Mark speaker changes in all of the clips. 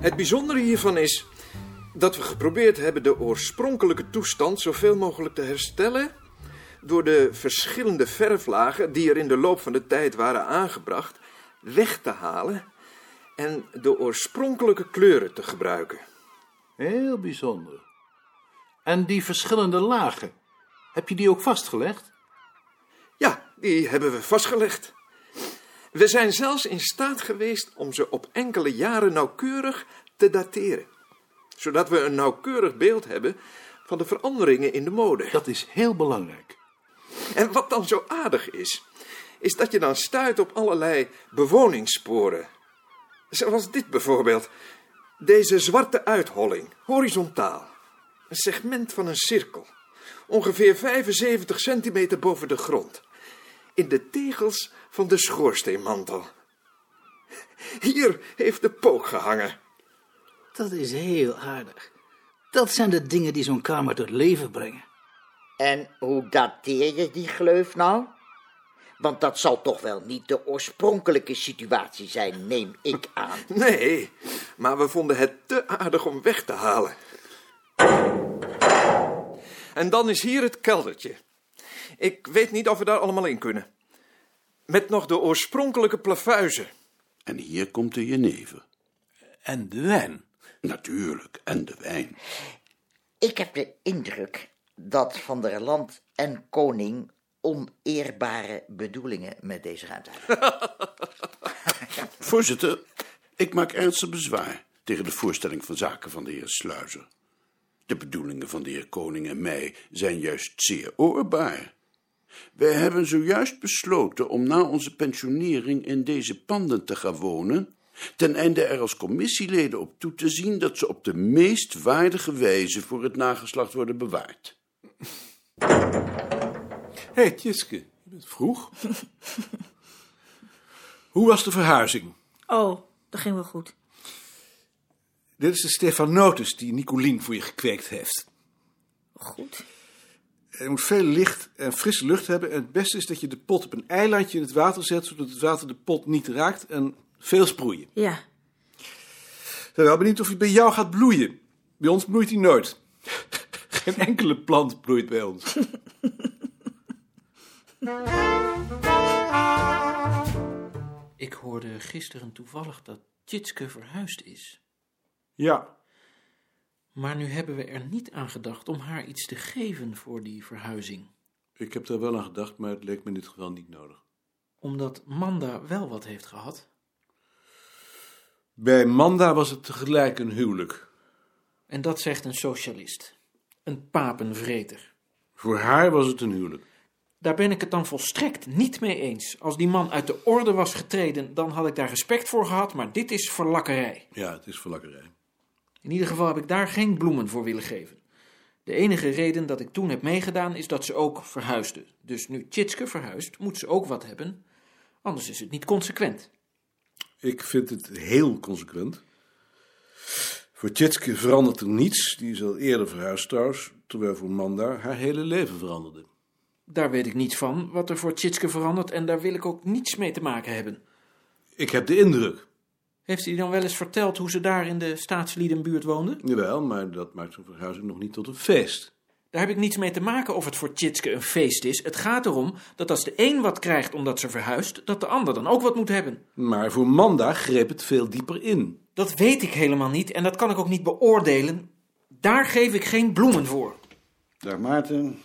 Speaker 1: Het bijzondere hiervan is dat we geprobeerd hebben de oorspronkelijke toestand zoveel mogelijk te herstellen. door de verschillende verflagen die er in de loop van de tijd waren aangebracht, weg te halen en de oorspronkelijke kleuren te gebruiken.
Speaker 2: Heel bijzonder. En die verschillende lagen, heb je die ook vastgelegd?
Speaker 1: Ja, die hebben we vastgelegd. We zijn zelfs in staat geweest om ze op enkele jaren nauwkeurig te dateren. Zodat we een nauwkeurig beeld hebben van de veranderingen in de mode.
Speaker 2: Dat is heel belangrijk.
Speaker 1: En wat dan zo aardig is, is dat je dan stuit op allerlei bewoningssporen. Zoals dit bijvoorbeeld. Deze zwarte uitholling, horizontaal. Een segment van een cirkel. Ongeveer 75 centimeter boven de grond. In de tegels van de schoorsteenmantel. Hier heeft de pook gehangen.
Speaker 3: Dat is heel aardig. Dat zijn de dingen die zo'n kamer tot leven brengen.
Speaker 4: En hoe dateer je die gleuf nou? Want dat zal toch wel niet de oorspronkelijke situatie zijn, neem ik aan.
Speaker 1: Nee, maar we vonden het te aardig om weg te halen. En dan is hier het keldertje. Ik weet niet of we daar allemaal in kunnen. Met nog de oorspronkelijke plafuizen.
Speaker 5: En hier komt de jenever.
Speaker 2: En de wijn.
Speaker 5: Natuurlijk, en de wijn.
Speaker 4: Ik heb de indruk dat Van der Land en Koning oneerbare bedoelingen met deze ruimte hebben.
Speaker 5: Voorzitter, ik maak ernstig bezwaar tegen de voorstelling van zaken van de heer Sluizer. De bedoelingen van de heer Koning en mij zijn juist zeer oorbaar. Wij hebben zojuist besloten om na onze pensionering in deze panden te gaan wonen, ten einde er als commissieleden op toe te zien dat ze op de meest waardige wijze voor het nageslacht worden bewaard.
Speaker 6: Hé, hey, Tjitske, je bent vroeg. Hoe was de verhuizing?
Speaker 7: Oh, dat ging wel goed.
Speaker 6: Dit is de Stefanotus die Nicolien voor je gekweekt heeft.
Speaker 7: Goed.
Speaker 6: Er moet veel licht en frisse lucht hebben. En het beste is dat je de pot op een eilandje in het water zet, zodat het water de pot niet raakt en veel sproeien.
Speaker 7: Ja.
Speaker 6: Ik ben wel benieuwd of hij bij jou gaat bloeien. Bij ons bloeit hij nooit. Geen enkele plant bloeit bij ons.
Speaker 8: Ik hoorde gisteren toevallig dat Tjitske verhuisd is.
Speaker 6: Ja,
Speaker 8: Maar nu hebben we er niet aan gedacht om haar iets te geven voor die verhuizing.
Speaker 6: ik heb daar wel aan gedacht, maar het leek me in dit geval niet nodig.
Speaker 8: Omdat Manda wel wat heeft gehad.
Speaker 6: Bij Manda was het tegelijk een huwelijk.
Speaker 8: En dat zegt een socialist. Een papenvreter.
Speaker 6: Voor haar was het een huwelijk.
Speaker 8: Daar ben ik het dan volstrekt niet mee eens. Als die man uit de orde was getreden, dan had ik daar respect voor gehad, maar dit is verlakkerij.
Speaker 6: Ja, het is verlakkerij.
Speaker 8: In ieder geval heb ik daar geen bloemen voor willen geven. De enige reden dat ik toen heb meegedaan is dat ze ook verhuisde. Dus nu Tjitske verhuist, moet ze ook wat hebben. Anders is het niet consequent.
Speaker 6: Ik vind het heel consequent. Voor Tjitske verandert er niets. Die is al eerder verhuisd trouwens, terwijl voor Manda haar hele leven veranderde.
Speaker 8: Daar weet ik niets van, wat er voor Tjitske verandert en daar wil ik ook niets mee te maken hebben.
Speaker 6: Ik heb de indruk.
Speaker 8: Heeft hij dan wel eens verteld hoe ze daar in de staatsliedenbuurt woonde?
Speaker 6: Jawel, maar dat maakt zo'n verhuizing nog niet tot een feest.
Speaker 8: Daar heb ik niets mee te maken of het voor Tjitske een feest is. Het gaat erom dat als de een wat krijgt omdat ze verhuist, dat de ander dan ook wat moet hebben.
Speaker 6: Maar voor Manda greep het veel dieper in.
Speaker 8: Dat weet ik helemaal niet en dat kan ik ook niet beoordelen. Daar geef ik geen bloemen voor.
Speaker 9: Dag Maarten.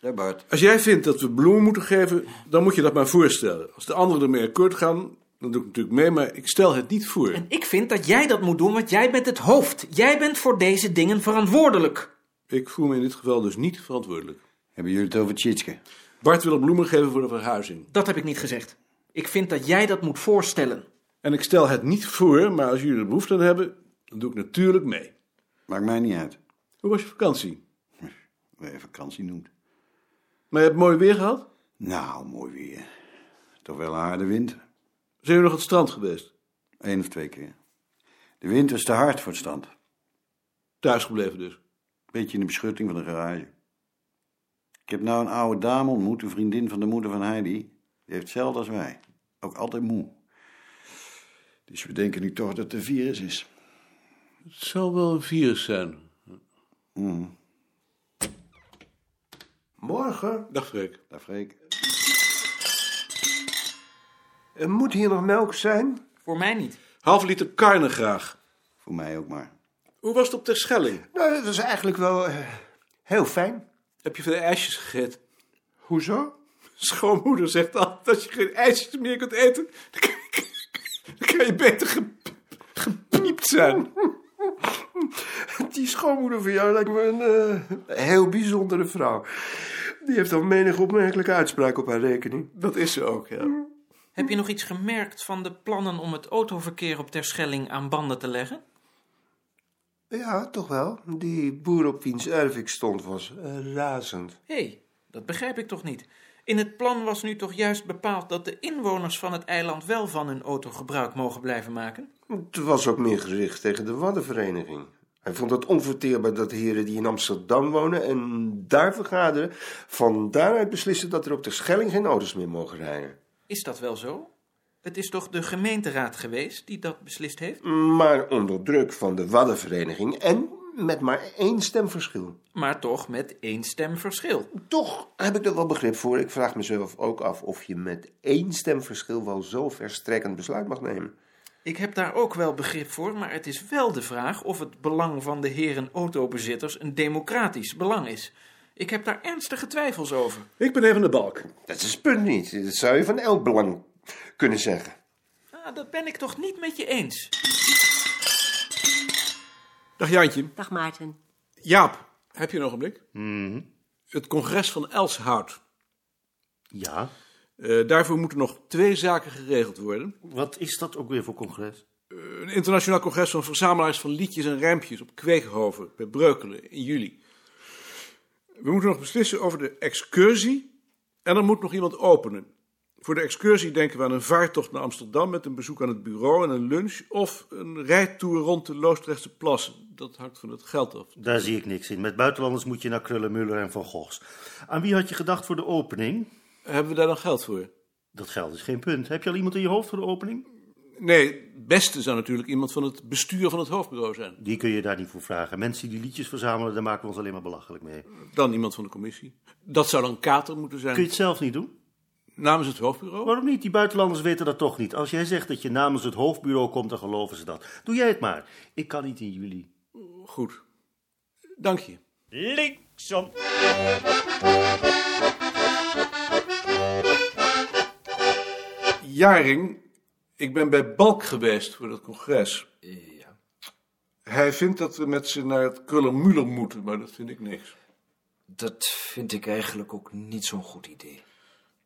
Speaker 9: Dag Bart.
Speaker 6: Als jij vindt dat we bloemen moeten geven, dan moet je dat maar voorstellen. Als de anderen ermee akkoord gaan, dan doe ik natuurlijk mee, maar ik stel het niet voor.
Speaker 8: En ik vind dat jij dat moet doen, want jij bent het hoofd. Jij bent voor deze dingen verantwoordelijk.
Speaker 6: Ik voel me in dit geval dus niet verantwoordelijk.
Speaker 9: Hebben jullie het over Tjitske?
Speaker 6: Bart wil bloemen geven voor de verhuizing.
Speaker 8: Dat heb ik niet gezegd. Ik vind dat jij dat moet voorstellen.
Speaker 6: En ik stel het niet voor, maar als jullie er behoefte aan hebben, dan doe ik natuurlijk mee.
Speaker 9: Maakt mij niet uit.
Speaker 6: Hoe was je vakantie?
Speaker 9: Wat je vakantie noemt.
Speaker 6: Maar je hebt mooi weer gehad?
Speaker 9: Nou, mooi weer. Toch wel een harde wind.
Speaker 6: Zijn jullie nog aan het strand geweest?
Speaker 9: Eén of twee keer. De wind was te hard voor het stand.
Speaker 6: Thuis gebleven dus.
Speaker 9: Beetje in de beschutting van de garage. Ik heb nou een oude dame ontmoet, een vriendin van de moeder van Heidi. Die heeft hetzelfde als wij. Ook altijd moe. Dus we denken nu toch dat het een virus is.
Speaker 6: Het zal wel een virus zijn.
Speaker 10: Morgen?
Speaker 6: Dag Freek.
Speaker 11: Daar Freek.
Speaker 10: Eh, Moet hier nog melk zijn?
Speaker 8: Voor mij niet.
Speaker 6: Half liter karne graag.
Speaker 11: Voor mij ook maar.
Speaker 6: Hoe was het op Terschelling?
Speaker 10: Nou, dat is eigenlijk wel eh, heel fijn.
Speaker 6: Heb je veel ijsjes gegeten?
Speaker 10: Hoezo?
Speaker 6: Schoonmoeder zegt altijd, als je geen ijsjes meer kunt eten, dan kan je, dan kan je beter ge- gepiept zijn.
Speaker 10: Die schoonmoeder van jou lijkt me een eh, heel bijzondere vrouw. Die heeft al menig opmerkelijke uitspraak op haar rekening.
Speaker 6: Dat is ze ook, ja.
Speaker 8: Heb je nog iets gemerkt van de plannen om het autoverkeer op Terschelling aan banden te leggen?
Speaker 10: Ja, toch wel. Die boer op wiens erf ik stond was eh, razend.
Speaker 8: Hé, dat begrijp ik toch niet. In het plan was nu toch juist bepaald dat de inwoners van het eiland wel van hun auto gebruik mogen blijven maken?
Speaker 10: Het was ook meer gericht tegen de Waddenvereniging. Hij vond het onverteerbaar dat de heren die in Amsterdam wonen en daar vergaderen, van daaruit beslissen dat er op de Schelling geen auto's meer mogen rijden.
Speaker 8: Is dat wel zo? Het is toch de gemeenteraad geweest die dat beslist heeft?
Speaker 10: Maar onder druk van de Waddenvereniging en met maar één stemverschil.
Speaker 8: Maar toch met één stem verschil.
Speaker 10: Toch heb ik er wel begrip voor. Ik vraag mezelf ook af of je met één stemverschil wel zo verstrekkend besluit mag nemen.
Speaker 8: Ik heb daar ook wel begrip voor, maar het is wel de vraag of het belang van de heren autobezitters een democratisch belang is. Ik heb daar ernstige twijfels over.
Speaker 1: Ik ben even de balk.
Speaker 10: Dat is het punt niet. Dat zou je van elk belang kunnen zeggen.
Speaker 8: Ah, dat ben ik toch niet met je eens?
Speaker 1: Dag Jantje.
Speaker 12: Dag Maarten.
Speaker 1: Jaap, heb je een ogenblik? Mhm. Het congres van Elshout.
Speaker 5: Ja,
Speaker 1: Eh, daarvoor moeten nog twee zaken geregeld worden.
Speaker 5: wat is dat ook weer voor congres?
Speaker 1: Een internationaal congres van verzamelaars van liedjes en rijmpjes op Kweekhoven bij Breukelen in juli. We moeten nog beslissen over de excursie en er moet nog iemand openen. Voor de excursie denken we aan een vaartocht naar Amsterdam met een bezoek aan het bureau en een lunch of een rijtour rond de Loosdrechtse plassen. Dat hangt van het geld af.
Speaker 5: Daar zie ik niks in. Met buitenlanders moet je naar Krullenmuller en Van Goghs. Aan wie had je gedacht voor de opening?
Speaker 1: Hebben we daar dan geld voor?
Speaker 5: Dat geld is geen punt. Heb je al iemand in je hoofd voor de opening?
Speaker 1: Nee, het beste zou natuurlijk iemand van het bestuur van het hoofdbureau zijn.
Speaker 5: Die kun je daar niet voor vragen. Mensen die liedjes verzamelen, daar maken we ons alleen maar belachelijk mee.
Speaker 1: Dan iemand van de commissie. Dat zou dan Kater moeten zijn.
Speaker 5: Kun je het zelf niet doen?
Speaker 1: Namens het hoofdbureau?
Speaker 5: Waarom niet? Die buitenlanders weten dat toch niet. Als jij zegt dat je namens het hoofdbureau komt, dan geloven ze dat. Doe jij het maar. Ik kan niet in juli.
Speaker 1: Goed. Dank je.
Speaker 5: Linksom.
Speaker 6: Jaring, ik ben bij Balk geweest voor dat congres. Ja. Hij vindt dat we met ze naar het Krullermuller moeten, maar dat vind ik niks.
Speaker 13: Dat vind ik eigenlijk ook niet zo'n goed idee.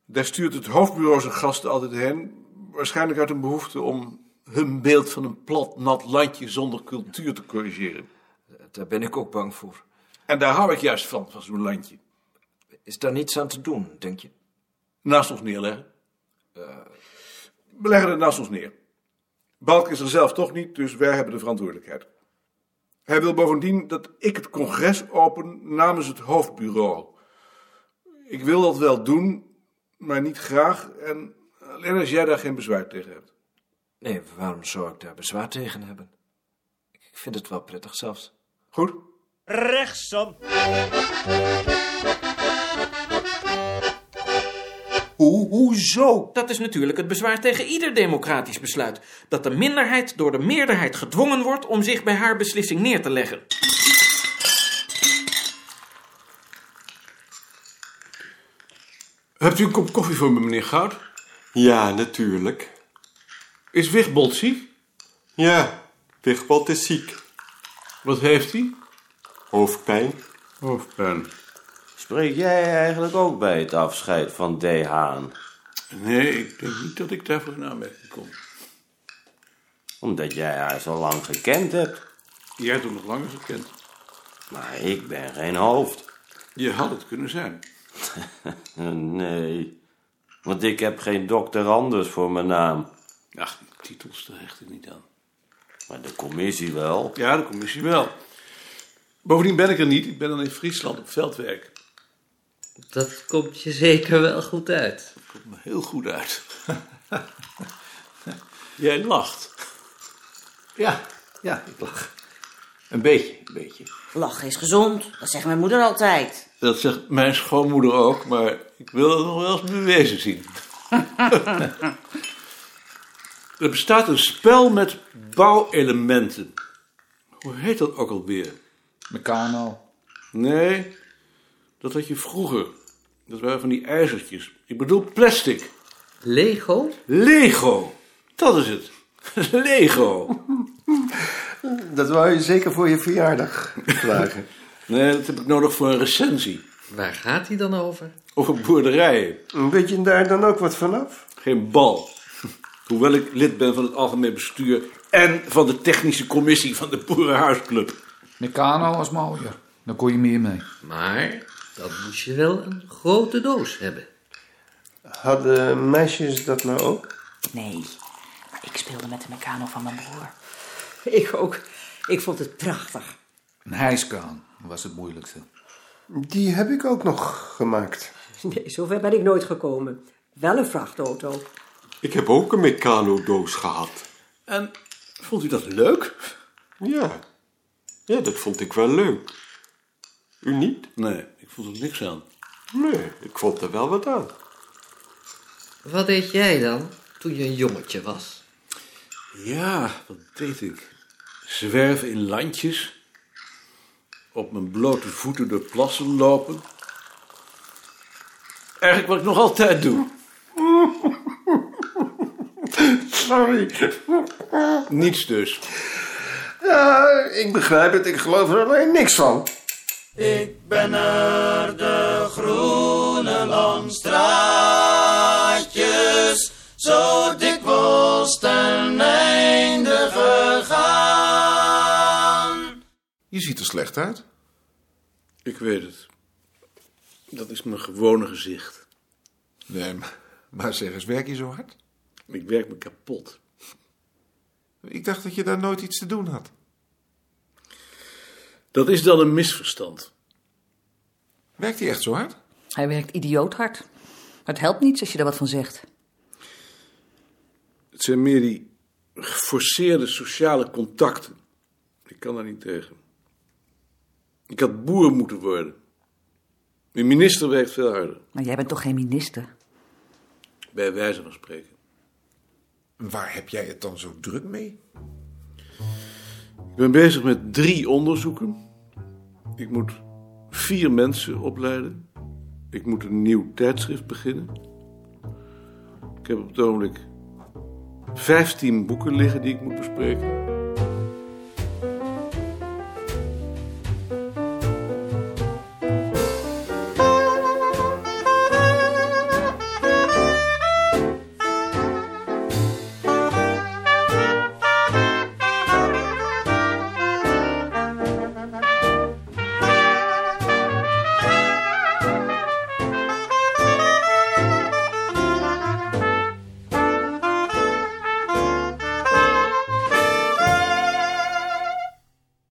Speaker 6: Daar stuurt het hoofdbureau zijn gasten altijd heen, waarschijnlijk uit een behoefte om hun beeld van een plat, nat landje zonder cultuur te corrigeren.
Speaker 13: Daar ben ik ook bang voor.
Speaker 6: En daar hou ik juist van, van zo'n landje.
Speaker 13: Is daar niets aan te doen, denk je?
Speaker 6: Naast ons neerleggen. We leggen het naast ons neer. Balk is er zelf toch niet, dus wij hebben de verantwoordelijkheid. Hij wil bovendien dat ik het congres open namens het hoofdbureau. Ik wil dat wel doen, maar niet graag en alleen als jij daar geen bezwaar tegen hebt.
Speaker 13: Nee, waarom zou ik daar bezwaar tegen hebben? Ik vind het wel prettig zelfs.
Speaker 6: Goed?
Speaker 5: Rechtsom.
Speaker 10: Hoe, hoezo?
Speaker 8: Dat is natuurlijk het bezwaar tegen ieder democratisch besluit: dat de minderheid door de meerderheid gedwongen wordt om zich bij haar beslissing neer te leggen.
Speaker 6: Hebt u een kop koffie voor me, meneer Goud?
Speaker 14: Ja, natuurlijk.
Speaker 6: Is Wigbold ziek?
Speaker 14: Ja, Wigbald is ziek.
Speaker 6: Wat heeft hij?
Speaker 14: Hoofdpijn.
Speaker 6: Hoofdpijn.
Speaker 15: Spreek jij eigenlijk ook bij het afscheid van D. Haan?
Speaker 6: Nee, ik denk niet dat ik daarvoor in aanmerking kom.
Speaker 15: Omdat jij haar zo lang gekend hebt.
Speaker 6: Jij hebt hem nog langer gekend.
Speaker 15: Maar ik ben geen hoofd.
Speaker 6: Je had het kunnen zijn.
Speaker 15: Nee, want ik heb geen dokter anders voor mijn naam.
Speaker 6: Ach, die titels, daar hecht ik niet aan.
Speaker 15: Maar de commissie wel.
Speaker 6: Ja, de commissie wel. Bovendien ben ik er niet. Ik ben dan in Friesland op veldwerk.
Speaker 16: Dat komt je zeker wel goed uit.
Speaker 6: Dat komt me heel goed uit. Jij lacht.
Speaker 5: Ja, ja, ik lach.
Speaker 8: Een beetje, een beetje.
Speaker 12: Lachen is gezond, dat zegt mijn moeder altijd.
Speaker 8: Dat zegt mijn schoonmoeder ook, maar ik wil dat nog wel eens bewezen zien.
Speaker 6: Er bestaat een spel met bouwelementen. Hoe heet dat ook alweer? Meccano. Nee, dat had je vroeger. Dat waren van die ijzertjes. Ik bedoel plastic.
Speaker 4: Lego?
Speaker 6: Lego. Dat is het. Lego.
Speaker 17: Dat wou je zeker voor je verjaardag vragen.
Speaker 6: Nee, dat heb ik nodig voor een recensie.
Speaker 4: Waar gaat hij dan over?
Speaker 6: Over boerderijen.
Speaker 17: Weet je daar dan ook wat vanaf?
Speaker 6: Geen bal. Hoewel ik lid ben van het algemeen bestuur en van de technische commissie van de Boerenhuisclub.
Speaker 18: Meccano was mooier. Dan kon je meer mee.
Speaker 4: Maar dan moest je wel een grote doos hebben.
Speaker 17: Hadden meisjes dat nou ook?
Speaker 12: Nee, maar ik speelde met de mecano van mijn broer.
Speaker 18: Ik ook. Ik vond het prachtig. Een hijskraan was het moeilijkste.
Speaker 17: Die heb ik ook nog gemaakt.
Speaker 19: Nee, zover ben ik nooit gekomen. Wel een vrachtauto.
Speaker 20: Ik heb ook een Meccano-doos gehad.
Speaker 6: En vond u dat leuk?
Speaker 20: Ja. Ja, dat vond ik wel leuk. U niet?
Speaker 6: Nee, ik vond er niks aan.
Speaker 20: Nee, ik vond er wel wat aan.
Speaker 4: Wat deed jij dan toen je een jongetje was?
Speaker 6: Ja, wat deed ik? Zwerven in landjes. Op mijn blote voeten door plassen lopen. Eigenlijk wat ik nog altijd doe.
Speaker 17: Sorry.
Speaker 6: Niets dus.
Speaker 17: Ja, ik begrijp het. Ik geloof er alleen niks van.
Speaker 21: Ik ben er de groene langstraatjes, zo dikwijls ten einde gegaan.
Speaker 6: Je ziet er slecht uit. Ik weet het. Dat is mijn gewone gezicht.
Speaker 8: Nee, maar, maar zeg eens, werk je zo hard?
Speaker 6: Ik werk me kapot.
Speaker 8: Ik dacht dat je daar nooit iets te doen had.
Speaker 6: Dat is dan een misverstand.
Speaker 8: Werkt hij echt zo hard?
Speaker 12: Hij werkt idioot hard. Maar het helpt niets als je er wat van zegt.
Speaker 6: Het zijn meer die geforceerde sociale contacten. Ik kan daar niet tegen. Ik had boer moeten worden. Een minister werkt veel harder,
Speaker 12: Maar jij bent toch geen minister?
Speaker 6: bij wijze van spreken.
Speaker 8: Waar heb jij het dan zo druk mee?
Speaker 6: Ik ben bezig met drie onderzoeken. Ik moet vier mensen opleiden. Ik moet een nieuw tijdschrift beginnen. Ik heb op het ogenblik 15 boeken liggen die ik moet bespreken.